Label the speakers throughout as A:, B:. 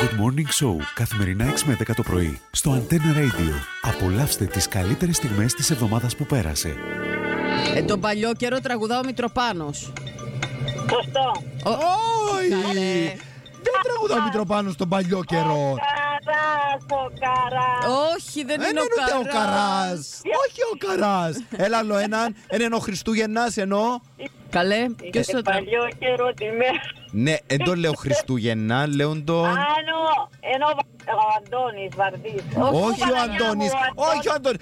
A: Good Morning Show, καθημερινά 6 με 10 το πρωί, στο Antenna Radio. Απολαύστε τις καλύτερες στιγμές της εβδομάδας που πέρασε.
B: Ε, τον παλιό καιρό τραγουδά ο Μητροπάνος.
C: Αυτό.
B: Ο- Καλέ.
D: Όχι! Δεν τραγουδά ο Μητροπάνο στον παλιό καιρό.
C: Καράς, ο καράς.
B: Όχι, δεν
D: Δεν
B: είναι
D: είναι
B: ο
D: Ε, ναι, ούτε ο Καράς.
B: Καράς.
D: Όχι ο Καράς. Έλα άλλο έναν. Έναν είναι ο Χριστούγεννας ενώ.
B: Καλέ, ποιος
C: Είναι
B: το τραγουδά.
C: Ε, παλιό καιρό τη μέρα.
D: Ναι, δεν τον λέω Χριστούγεννα, λέω τον.
C: Άνω, ενώ βα- ο Αντώνης Βαρδής.
D: Όχι ο
C: Παναγιά
D: Αντώνη.
C: μου, ο
D: Όχι ο Αντώνη.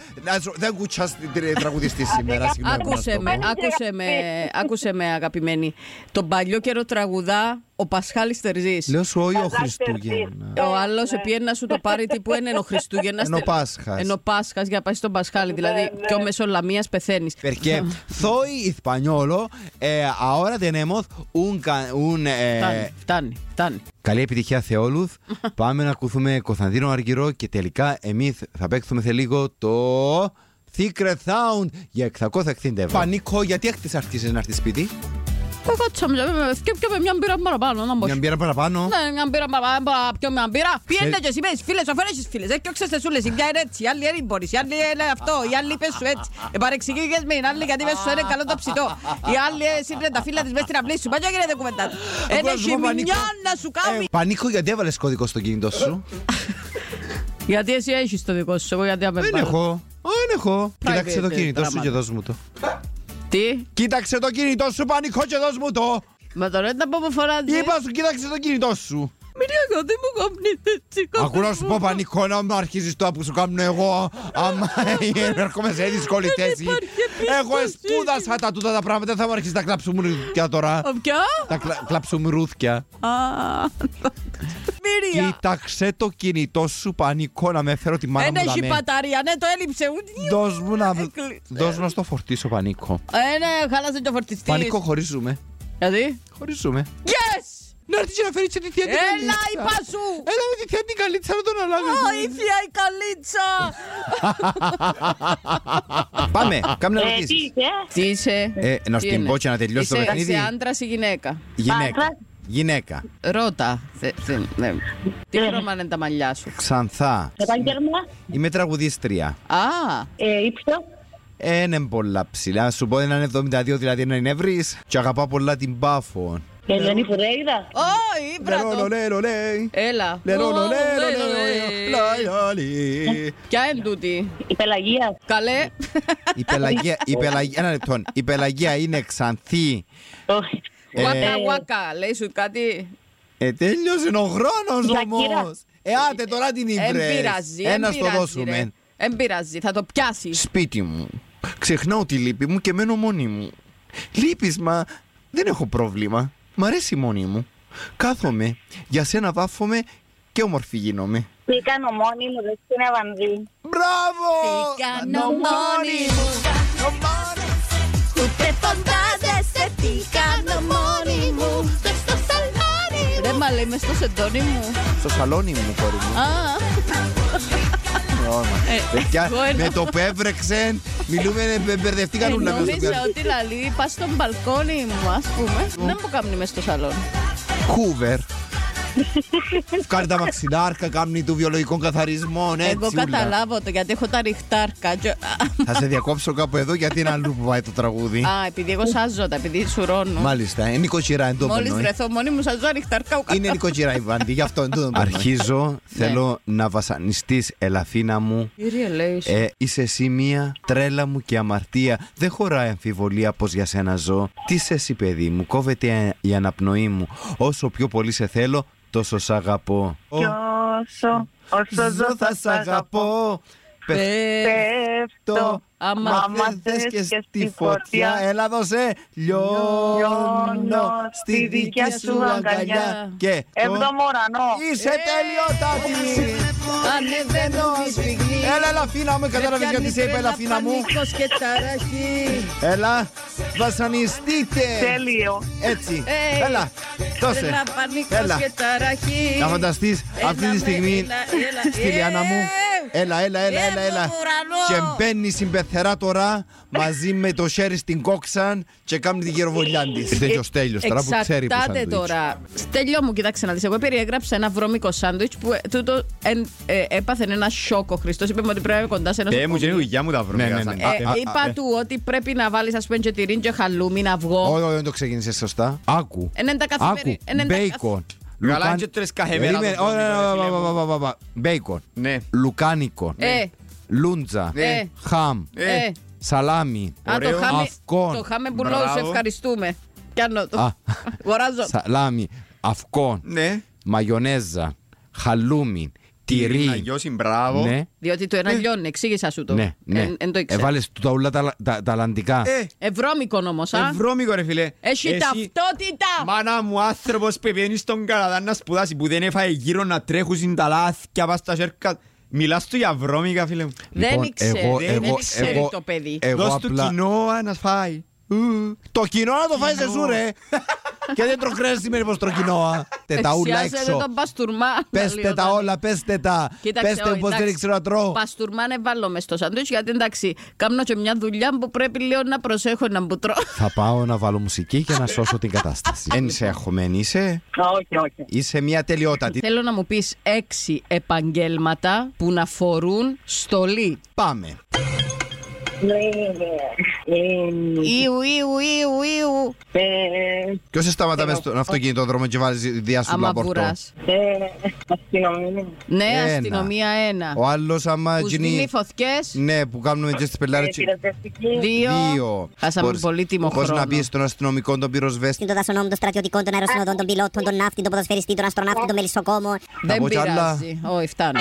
D: Δεν κουτσάς τραγουδιστή σήμερα, συγγνώμη. να
B: Άκουσε
D: στο
B: με,
D: πω.
B: άκουσε με, άκουσε με αγαπημένη. Τον παλιό καιρό τραγουδά ο Πασχάλης Τερζής.
D: Λέω σου όχι ο
C: Καλά,
D: Χριστούγεννα.
C: τερτής.
B: Ο άλλος επειδή να σου το πάρει τύπου ένα ενώ Χριστούγεννας.
D: Ενώ Πάσχας.
B: Ενώ Πάσχας για να πάει στον Πασχάλη. Δηλαδή
C: ναι.
B: και ο Μεσολαμίας πεθαίνεις.
D: Porque soy español, ε, ahora tenemos un... ca- un ε,
B: Φτάνει, φτάνει, φτάνει.
D: καλή επιτυχία σε όλους. Πάμε να ακουθούμε Κωνσταντίνο Αργυρό και τελικά εμείς θα παίξουμε σε λίγο το... Secret Sound για 660 ευρώ. Πανίκο, γιατί έχτισε αρτήσει να έρθεις σπίτι.
B: Εγώ τσαμιζα, με σκέπτω με μια μπύρα παραπάνω. Να μπω.
D: Μια μπύρα παραπάνω.
B: Ναι, μια μπύρα παραπάνω, πιο μια μπύρα. Πιέντε και εσύ με τις φίλες, σου φέρε τις φίλες. Ε, Έτσι, όξε τις σούλες, η μια είναι έτσι, η άλλη είναι μπορείς, η άλλη είναι αυτό, η άλλη πες σου έτσι. Ε, παρεξηγήκες με, η άλλη γιατί πες σου είναι καλό το ψητό. Η άλλη ε, σύρνε τα φύλλα της μέσα στην αυλή σου, πάει και γίνεται κουβεντά. Ένα
D: Ακούω, ζούμε, Πανίκο.
B: χειμινιά να σου κάνει.
D: Ε, Πανίκο, γιατί έβαλες κωδικό στο κινητό σου.
B: Ε, Γιατί εσύ έχεις το δικό σου, εγώ γιατί να με
D: Δεν
B: πάρω.
D: έχω. Α, Δεν έχω. Κοίταξε το
B: ε,
D: κινητό σου
B: πράγματα.
D: και δώσ' μου το.
B: Τι,
D: Κοίταξε το κινητό σου, Πανίκο, και δώσ' μου το.
B: με το ρέντα που ε. μου φωνάζει.
D: Είπα σου, κοίταξε το κινητό σου.
B: Μιλάω εγώ, δεν μου κομπνείτε τσικό.
D: Ακούω να σου πω πανικό να μου αρχίζεις το που σου κάνω εγώ Άμα έρχομαι σε δύσκολη
B: Δεν
D: θέση
B: υπάρχει
D: Εγώ
B: εμπιστοσύνη.
D: σπούδασα τα τούτα τα πράγματα Θα μου αρχίσεις τα κλαψουμρούθκια τώρα
B: Ποια?
D: Τα κλα- κλαψουμρούθκια
B: Α, Μύρια.
D: Κοίταξε το κινητό σου πανικό να με φέρω τη μάνα μου
B: Ένα έχει
D: δαμέ
B: παταρία, ναι, το έλειψε.
D: Δώσ' μου να
B: Έκλεισε.
D: Δώσ' μου να στο φορτίσω πανικό
B: Ε, ναι, χάλασε το φορτιστής.
D: Πανικό χωρίζουμε
B: Δηλαδή.
D: Χωρίζουμε
B: Yes!
D: Να έρθεις και να φέρεις και τη θεία την
B: Έλα,
D: καλύτσα.
B: είπα σου!
D: Έλα με τη θεία την καλύτσα να τον
B: Ω, η
D: αλλάζω
B: θεία η καλίτσα!
D: Πάμε, κάμε να
C: Ε, τι
D: ρωτήσεις
C: είσαι,
B: Τι είσαι.
D: Ε, να σου
B: τι
D: την
B: είναι?
D: πω και να τελειώσει το
B: Είσαι-
D: παιχνίδι.
B: Είσαι άντρα ή γυναίκα.
D: Γυναίκα
C: Πάτρα.
D: Γυναίκα
B: Ρώτα. Θε- θε- ναι. Τι
C: Ε.
B: χρώμα είναι τα μαλλιά σου.
D: Ξανθά.
C: επάγγελμα,
D: Είμαι τραγουδίστρια.
B: Α,
C: ε, ύψος,
D: Ένα είναι πολλά ψηλά. Σου πω έναν 72, δηλαδή έναν είναι ευρύ. Και αγαπά πολλά την πάφο.
C: Ελένη Ε, Φουρέιρα.
B: ω, ύπρατο.
D: Λερόλο, λερό, λε.
B: Έλα.
D: Λερόλο,
B: Ω,
D: λερό,
B: λε,
D: λε,
B: λε.
D: λα, λα, λι.
B: Ποια είναι τούτη.
C: Η Πελαγία.
B: Καλέ.
D: Η Πελαγία, η Πελαγία, ένα λεπτό. Η Πελαγία είναι ξανθή.
C: Όχι.
D: Ε,
B: Γουάκα, γουάκα. Λέει σου κάτι.
D: Ε, τέλειωσε ο χρόνος
C: Ζακύρα.
D: όμως. Ε, άτε τώρα την
B: Εν
D: ήβρε.
B: πειράζει. εν
D: Ένα το
B: πειράζει, ρε.
D: δώσουμε.
B: Εν πειράζει. Θα το πιάσεις.
D: Σπίτι μου. Ξεχνάω τη λύπη μου και μένω μόνη μου. Λείπεις, μα δεν έχω πρόβλημα. Μ' αρέσει μόνη μου. Κάθομαι, για σένα βάφομαι και όμορφη γίνομαι.
C: Τι κάνω μόνη μου, δεν στην Αβανδί.
D: Μπράβο!
B: Τι κάνω μόνη μου. Ρε μα λέει μες στο σεντόνι μου.
D: Στο σαλόνι μου, κόρη μου.
B: Α, Ε,
D: Όμα. Παιδιά, με το που έβρεξε, μιλούμε, ε, μπε- μπερδευτήκαν όλα μέσα στο
B: Νομίζω
D: πιάτο.
B: ότι λαλή πας στο μπαλκόνι μου, ας πούμε. Δεν μου κάνει μες στο σαλόνι.
D: Χούβερ. Κάνει τα μαξιλάρκα, κάνει του βιολογικών καθαρισμών, έτσι.
B: Εγώ
D: ούλα.
B: καταλάβω το γιατί έχω τα ριχτάρκα. και-
D: Θα σε διακόψω κάπου εδώ γιατί είναι αλλού που πάει το τραγούδι.
B: Α, επειδή εγώ σάζω τα, επειδή σουρώνω.
D: Μάλιστα, είναι νοικοκυρά εν τω
B: Μόλις
D: μεταξύ.
B: βρεθώ μόνη μου σάζω ριχτάρκα. ο κα-
D: Είναι νοικοκυρά η Βάντη, γι' αυτό εν τω Ναι. μεταξύ. Αρχίζω, θέλω να βασανιστείς, Ελαθίνα μου.
B: Κύριε λέει.
D: Ε, είσαι εσύ μία τρέλα μου και αμαρτία. Δεν χωράει αμφιβολία πως για σένα ζω. Τι σε εσύ, παιδί μου, κόβεται η αναπνοή μου. Όσο πιο πολύ σε θέλω, τόσο σ' αγαπώ.
C: Κι όσο, όσο ζω θα σ' αγαπώ.
B: Ε,
D: Ε,
C: Πέφτω,
B: άμα
D: Μα
C: άμα
D: δεν θες και στη φωτιά
C: φωτιά.
D: Έλα δώσε Λιώνω Στη δικιά σου αγκαλιά Ε, Και το
C: Έβδομο ουρανό.
D: Είσαι τελειότατη
B: ε, Ανεβαίνω τη σφυγή.
D: ε, Έλα Ελαφίνα μου Κατάλαβες γιατί σε είπα Ελαφίνα μου
B: Πανικός και ταραχή.
D: Έλα Βασανιστείτε
C: Τέλειο.
D: Έτσι
B: Ε,
D: Έλα Δώσε
B: Έλα, πανικός
D: Έλα.
B: και ταραχή.
D: Να φανταστείς
B: Έλα
D: αυτή
B: με,
D: τη στιγμή
B: έλα, έλα.
D: Στη Λιάννα μου
B: Ε,
D: Έλα, έλα, έλα,
B: Ε,
D: έλα, έλα.
B: μου ουρανό.
D: Και μπαίνει στην πεθερά τώρα μαζί με το χέρι στην κόξαν και κάνει τη γυροβολιά της.
E: Ε,
D: Ήρθε και ο Στέλιος τώρα που ξέρει που
B: ε, Εξαρτάται τώρα. Στέλιο μου, κοιτάξτε να δεις. Εγώ περιέγραψα ένα βρώμικο σάντουιτ που ε, τούτο εν- ε, έπαθε ένα σοκ ο Χριστός. Είπε μου ότι πρέπει να είμαι κοντά σε ένα
E: Θεέ Ε, μου, και είναι
B: νοσοκομείο.
E: δουλειά μου τα βρώμικα
D: Ναι, ναι, ναι.
E: σάντουιτς.
D: Α,
B: Ε,
D: α,
B: είπα
D: α,
B: του ότι πρέπει να βάλεις, ας πούμε, και τυρί και χαλούμι, να βγω.
D: Όχι, όχι, δεν το ξεκίνησες σωστά. Άκου.
B: Ε, ναι, τα
D: Άκου.
B: καθημερι- ε, ναι, τα καθ-
D: Μπέικον.
E: Καλά,
D: Λουκάν-
E: και τρεις καχεμέρα
D: Περίμενε.
E: το
D: Ωραία,
E: βρώμικο,
D: ωραία,
E: ρε φίλε
D: ωραία,
E: μου.
D: ωραία, ωραία. Μπέικον.
E: Ναι.
D: Λουκάνικο.
B: Ε,
D: Λούντζα.
B: Ε.
D: Χαμ.
B: ε,
E: Ε.
D: Σαλάμι.
B: Α, το
E: ωραίο.
B: χάμε,
D: Αυκόν.
B: το χάμε που λέω,
E: Μπράβο.
B: σε ευχαριστούμε. Κάνω
D: Α.
B: το. Αγοράζω.
D: Σαλάμι. Αυκόν.
E: Ναι.
D: Μαγιονέζα. Χαλούμι.
E: Να
D: Τυρί.
E: γιώσει, μπράβο.
D: Ναι.
B: Διότι το ένα λιώνει, εξήγησα σου το.
D: Ναι, ναι.
B: Εν- εν το ήξερα.
D: Έβαλες του τα ούλα τα, τα, τα αλλαντικά.
E: Ε,
B: Ευρώμικο όμως, α.
E: ε, βρώμικο ρε φίλε.
B: Έχει
E: Εσύ-
B: ταυτότητα.
E: Μάνα μου, άνθρωπος που βγαίνει στον Καναδά να σπουδάσεις, που δεν έφαγε γύρω να τρέχουν τα λάθη πας στα σέρκα. Μιλάς του για βρώμικα, φίλε μου.
B: Δεν ήξερε,
D: Λοιπόν, εγώ,
B: δεν
D: εγώ,
B: ήξερε
D: εγώ,
B: το παιδί.
D: Εγώ
E: Δώσ' του
D: απλά,
E: κοινό να φάει.
D: Το κοινό να το φάεις σε σου, ρε. και δεν τροκρέζει με πως το κοινό. α. Τε τα ούλα
B: Θυσιάζεται
D: έξω.
B: τον παστούρμα.
D: Πέστε τα όλα, πέστε τα.
B: Κοίταξε,
D: Πέστε
B: όχι,
D: πως δεν
B: εντάξει.
D: ξέρω να τρώω.
B: Παστούρμα να βάλω μες στο σαντουίτς γιατί εντάξει, κάνω και μια δουλειά που πρέπει λίγο να προσέχω να μου τρώω.
D: Θα πάω να βάλω μουσική και να σώσω την κατάσταση. Δεν είσαι αγχωμένη, είσαι.
C: Όχι, όχι.
D: Είσαι μια τελειότατη.
B: Θέλω να μου πεις έξι επαγγέλματα που να φορούν στολή.
D: Πάμε.
C: Ε,
B: Ιου, ιου, ιου, ιου.
D: Ποιος σε σταματά μες στον αυτοκινητόδρομο και βάζει διάσουλα
B: ε, Άμα
D: πορτό.
B: βουράς.
C: ε,
B: Ναι,
D: Ένα.
B: αστυνομία ένα.
D: Ο άλλος άμα
B: Που
D: γίνει.
B: στείλει φωθιές.
D: Ναι, που
C: Ε,
D: κάνουμε και στις πελάρες και-
B: Δύο.
D: Δύο.
B: Χάσαμε
D: Μπορείς-
B: πολύτιμο
D: μπορείς
B: χρόνο.
D: να πεις στον αστυνομικό τον πυροσβέστη.
F: Στην των δασονόμων, των στρατιωτικών, των αεροσυνοδών, των πιλότων,
C: ναι.
F: των ναύτη, των ποδοσφαιριστή, των αστροναύτη, των μελισσοκόμων.
B: Δεν
D: πω κι άλλα.
B: πειράζει. Όχι, φτάνω.